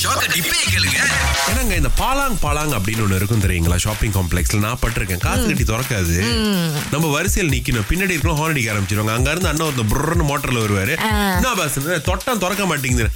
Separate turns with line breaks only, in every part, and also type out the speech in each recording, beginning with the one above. ஷாக்க டிப்பே கேளுங்க
ஏன்னாங்க இந்த பாலாங் பாலாங் அப்படின்னு ஒண்ணு இருக்கும் தெரியுங்களா ஷாப்பிங் காம்ப்ளெக்ஸ்ல நான் பட்டிருக்கேன் காசு கட்டி திறக்காது நம்ம வரிசையில் நிக்கணும் பின்னாடி இருக்கிற ஹார்ன் அடிக்க ஆரம்பிச்சிருவாங்க அங்க இருந்து அண்ணன் ஒருத்தன் புரன்னு மோட்டர்ல வருவாரு என்ன பாஸ் தொட்டம் திறக்க மாட்டேங்குது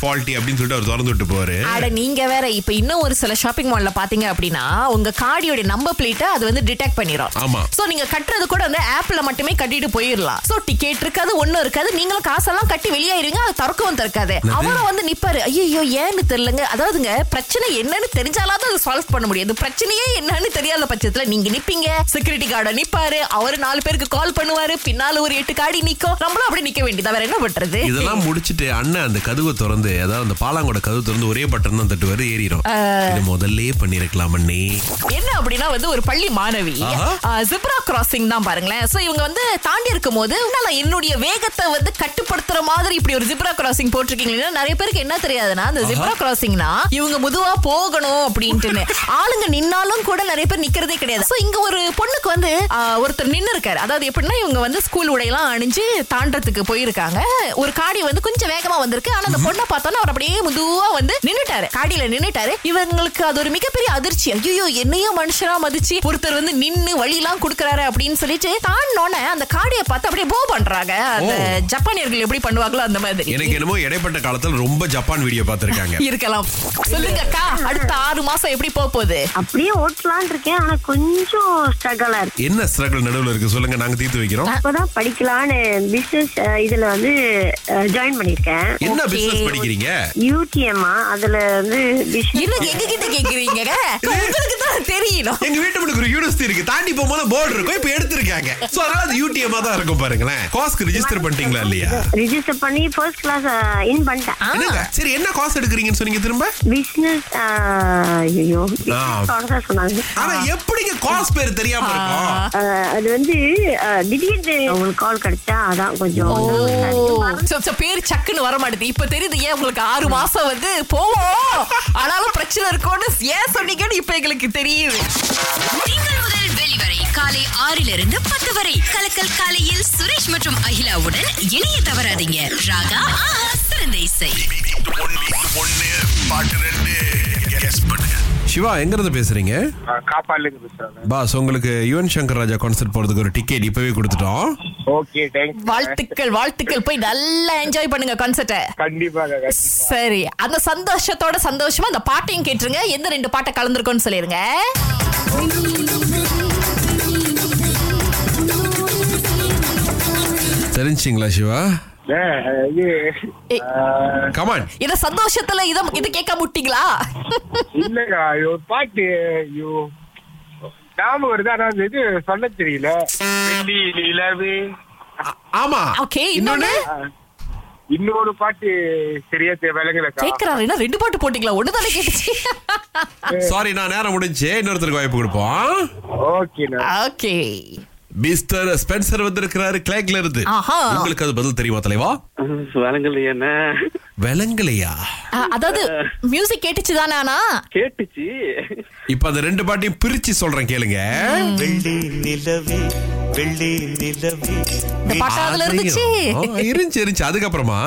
ஃபால்ட்டி அப்படின்னு சொல்லிட்டு அவர் திறந்து விட்டு போவாரு
அட நீங்க வேற இப்ப இன்னும் ஒரு சில ஷாப்பிங் மால்ல பாத்தீங்க அப்படின்னா உங்க கார்டியோட நம்பர் பிளேட்டை அது வந்து டிடெக்ட் பண்ணிரும்
ஆமா.
சோ நீங்க கட்டுறது கூட அந்த ஆப்ல மட்டுமே கட்டிட்டு போயிடலாம் சோ டிக்கெட் இருக்காது ஒண்ணும் இருக்காது நீங்களும் காசெல்லாம் கட்டி வெளியாயிருவீங்க அது திறக்கவும் திறக்காது அவரும் வந்து நிப்பாரு ஐயோ ஏன்னு தெரியலங்க அதாவதுங்க பிரச்சனை என்னன்னு தெரிஞ்சாலாவது அதை சால்வ் பண்ண முடியாது பிரச்சனையே என்னன்னு தெரியாத பட்சத்துல நீங்க நிப்பீங்க செக்யூரிட்டி கார்டை நிப்பாரு அவரு நாலு பேருக்கு கால் பண்ணுவாரு பின்னால ஒரு எட்டு காடி நிக்கும் நம்மளும் அப்படியே நிக்க வேண்டியதா வேற என்ன பண்றது
இதெல்லாம் முடிச்சிட்டு அண்ணன் அந்த கதவை திறந்து அதாவது அந்த பாலாங்கோட கதவு திறந்து ஒரே பட்டன் தான் தட்டுவாரு ஏறிடும் இது முதல்லயே பண்ணிருக்கலாம் அண்ணே
என்ன அப்படின்னா வந்து ஒரு பள்ளி மாணவி
ஆஹா.
ஜிப்ரா கிராசிங் தான் பாருங்களேன் சோ இவங்க வந்து தாண்டி இருக்கும் போது "உன்னால என்னுடைய வேகத்தை வந்து கட்டுப்படுத்துற மாதிரி இப்படி ஒரு ஜிப்ரா கிராசிங் போட்டிருக்கீங்களா நிறைய பேருக்கு என்ன தெரியாதுன்னா அந்த ஜிப்ரா கிராசிங்னா இவங்க முதுவா போகணும் அப்படின்ட்டுன்னு ஆளுங்க நின்னாலும் கூட நிறைய பேர் நிக்கிறதே கிடையாது சோ இங்க ஒரு பொண்ணுக்கு வந்து ஆஹ், ஒருத்தர் நின்னு இருக்காரு அதாவது எப்படின்னா இவங்க வந்து ஸ்கூல் உடையெல்லாம் அணிஞ்சு தாண்டறதுக்கு போயிருக்காங்க ஒரு காடி வந்து கொஞ்சம் வேகமா வந்திருக்கு ஆனா அந்த பொண்ணை பார்த்தோன்னா அவர் அப்படியே முதுவா வந்து நின்னுட்டாரு காடியில நின்னுட்டாரு இவங்களுக்கு அது ஒரு மிகப்பெரிய அதிர்ச்சி ஐயோ என்னையும் மனுஷனா மதிச்சு ஒருத்தர் வந்து நின்னு வழிலாம் கொடுக்கறாரு அப்படின்னு சொல்லிட்டு தாண்டோன்னே அந்த காடியை பார்த்து அப்படியே போ பண்றாங்க அந்த
ஓ.
ஜப்பானியர்கள் எப்படி பண்ணுவாங்களோ அந்த மாதிரி
எனக்கு என்னமோ இடைப்பட்ட காலத்துல ரொம்ப ஜப்பான் வீடியோ பார்த்திருக்காங்க
இருக்கலாம் சொல்லுங்க அக்கா அடுத்த ஆறு மாசம் எப்படி போக போகுது
அப்படியே ஓட்டலான் இருக்கேன் ஆனா கொஞ்சம் ஸ்ட்ரகிளா இருக்கு
என்ன ஸ்ட்ரகிள் நடுவுல இருக்கு சொல்லுங்க நாங்க தீர்த்து வைக்கிறோம்
இப்பதான் படிக்கலான்னு பிசினஸ் இதுல வந்து ஜாயின் பண்ணிருக்கேன்
என்ன
Okay.
பிசினஸ் படிக்கிறீங்க
யூடிஎம்மா அதுல வந்து
என்ன
business-
எங்க கிட்ட கேக்குறீங்க உங்களுக்கு தான் தெரியணும்
எங்க வீட்டு முன்னுக்கு ஒரு யூனிவர்சிட்டி இருக்கு தாண்டி போகும்போது போர்டு இருக்கும் இப்ப எடுத்திருக்காங்க சோ அதனால அது யூடிஎம் தான் இருக்கும் பாருங்களேன் காஸ்க்கு ரெஜிஸ்டர் பண்ணிட்டீங்களா இல்லையா
ரிஜிஸ்டர் பண்ணி ஃபர்ஸ்ட் கிளாஸ் இன் பண்ணிட்டேன்
ஆ.
என்னங்க? சரி என்ன காசு எடுக்கிறீங்கன்னு சொன்னீங்க திரும்ப
பிசினஸ் ஐயோ business சொன்னாங்க
ஆனா எப்படிங்க காசு பேர் தெரியாம இருக்கும்
அஹ், அது வந்து அஹ், திடீர்னு உங்களுக்கு கால் கிடைச்சா அதான் கொஞ்சம்
So, so பேர் சக்குன்னு வர மாட்டேது இப்ப தெரியுது ஏன் உங்களுக்கு ஆறு மாசம் வந்து போவோம் ஆனாலும் பிரச்சனை இருக்கும்னு ஏன் சொன்னீங்கன்னு இப்ப எங்களுக்கு தெரியுது
திங்கள் முதல் வெளிவரை காலை ஆறிலிருந்து பத்து வரை கலக்கல் காலையில் சுரேஷ் மற்றும் அகிலாவுடன் இணைய தவறாதீங்க ராகா ஆஹா சிறந்த இசை
ஒன்னு பாட்டு ரெண்டு கெஸ் பண்ணுங்க
சிவா எங்க இருந்து பேசுறீங்க
நான் காப்பாடுலேருந்து பேசுறேன்
பாஸ் உங்களுக்கு யுவன் சங்கர் ராஜா கான்சர்ட் போறதுக்கு ஒரு டிக்கெட் இப்பவே கொடுத்துட்டோம்
ஓகே தேங்க்ஸ்
வாழ்த்துக்கள் வாழ்த்துக்கள் போய் நல்லா என்ஜாய் பண்ணுங்க கான்சர்ட்டை
கண்டிப்பாக கண்டிப்பா.
சரி அந்த சந்தோஷத்தோட சந்தோஷமா அந்த பாட்டையும் கேட்டுருங்க எந்த ரெண்டு பாட்டை கலந்துருக்கோம்னு சொல்லிருங்க
தெரிஞ்சிங்களா சிவா
ஏ, இது
ஏய்.
ஆஹ்,
கமான்
இத சந்தோஷத்துல இத இது கேட்க முட்டிங்களா
இல்லைக்கா இது ஒரு பாட்டு ஐயோ ஞாபகம் வருது ஆனா அந்த இது சொல்ல தெரியல வெள்ளி நிலவு
ஆமா
ஓகே இன்னொன்னு
இன்னொரு பாட்டு சரியா தெ- விளங்கலக்கா
கேக்குறாரு என்ன ரெண்டு பாட்டு போட்டீங்களா ஒண்ணுதானே கேட்டுச்சு
சாரி நான் நேரம் முடிஞ்சு இன்னொருத்தருக்கு வாய்ப்பு கொடுப்போம்
ஓகேண்ணா
ஓகே
மிஸ்டர் ஸ்பென்சர் வந்திருக்கிறாரு கிளாக்ல இருந்து
ஆஹா.
உங்களுக்கு அது பதில் தெரியுமா தலைவா
வழங்கல என்ன
விளங்கலையா
அதாவது மியூசிக் கேட்டுச்சு தானே ஆனா
கேட்டுச்சு
இப்ப அந்த ரெண்டு பாட்டையும் பிரிச்சு சொல்றேன் கேளுங்க
வெள்ளி நிலவே வெள்ளி நிலவே
இந்த பாட்டு அதுல இருந்துச்சு
ஆ, இருந்துச்சு இருந்துச்சு அதுக்கப்புறமா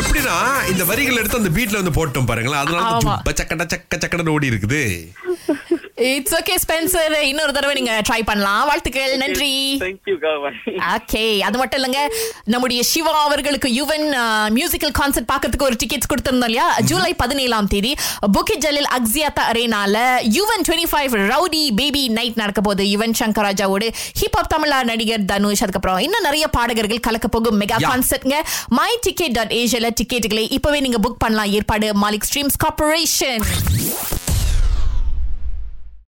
எப்படின்னா இந்த வரிகள் எடுத்து அந்த பீட்ல வந்து போட்டோம் பாருங்களேன் அதனால
ஆமா.
தான் துப்ப சக்கட சக்க சக்கடன்னு ஓடி இருக்குது
இட்ஸ் ஓகே ஸ்பென்சர் இன்னொரு தடவை நீங்க ட்ரை பண்ணலாம் வாழ்த்துக்கள் நன்றி
தேங்க்யூ காவாய்
ஓகே அது மட்டும் இல்லங்க நம்முடைய சிவா அவர்களுக்கு யுவன் மியூசிக்கல் கான்சர்ட் பார்க்கறதுக்கு ஒரு டிக்கெட்ஸ் கொடுத்திருந்தோம் இல்லையா ஜூலை பதினேழாம் தேதி புக்கி ஜலில் அக்ஸியாத்தா அரேனால Yuvan twenty five rowdy baby night நடக்க போகுது யுவன் சங்கர் ராஜாவோடு ஹிப் ஹாப் தமிழா நடிகர் தனுஷ் அதுக்கப்புறம் இன்னும் நிறைய பாடகர்கள் கலக்க போகும் மெகா
Yeah.
கான்சர்ட்ங்க மை டிக்கெட் டாட் ஏஷியால டிக்கெட்டுகளை இப்பவே நீங்க புக் பண்ணலாம் ஏற்பாடு மாலிக் ஸ்ட்ரீம்ஸ் கார்பரேஷன்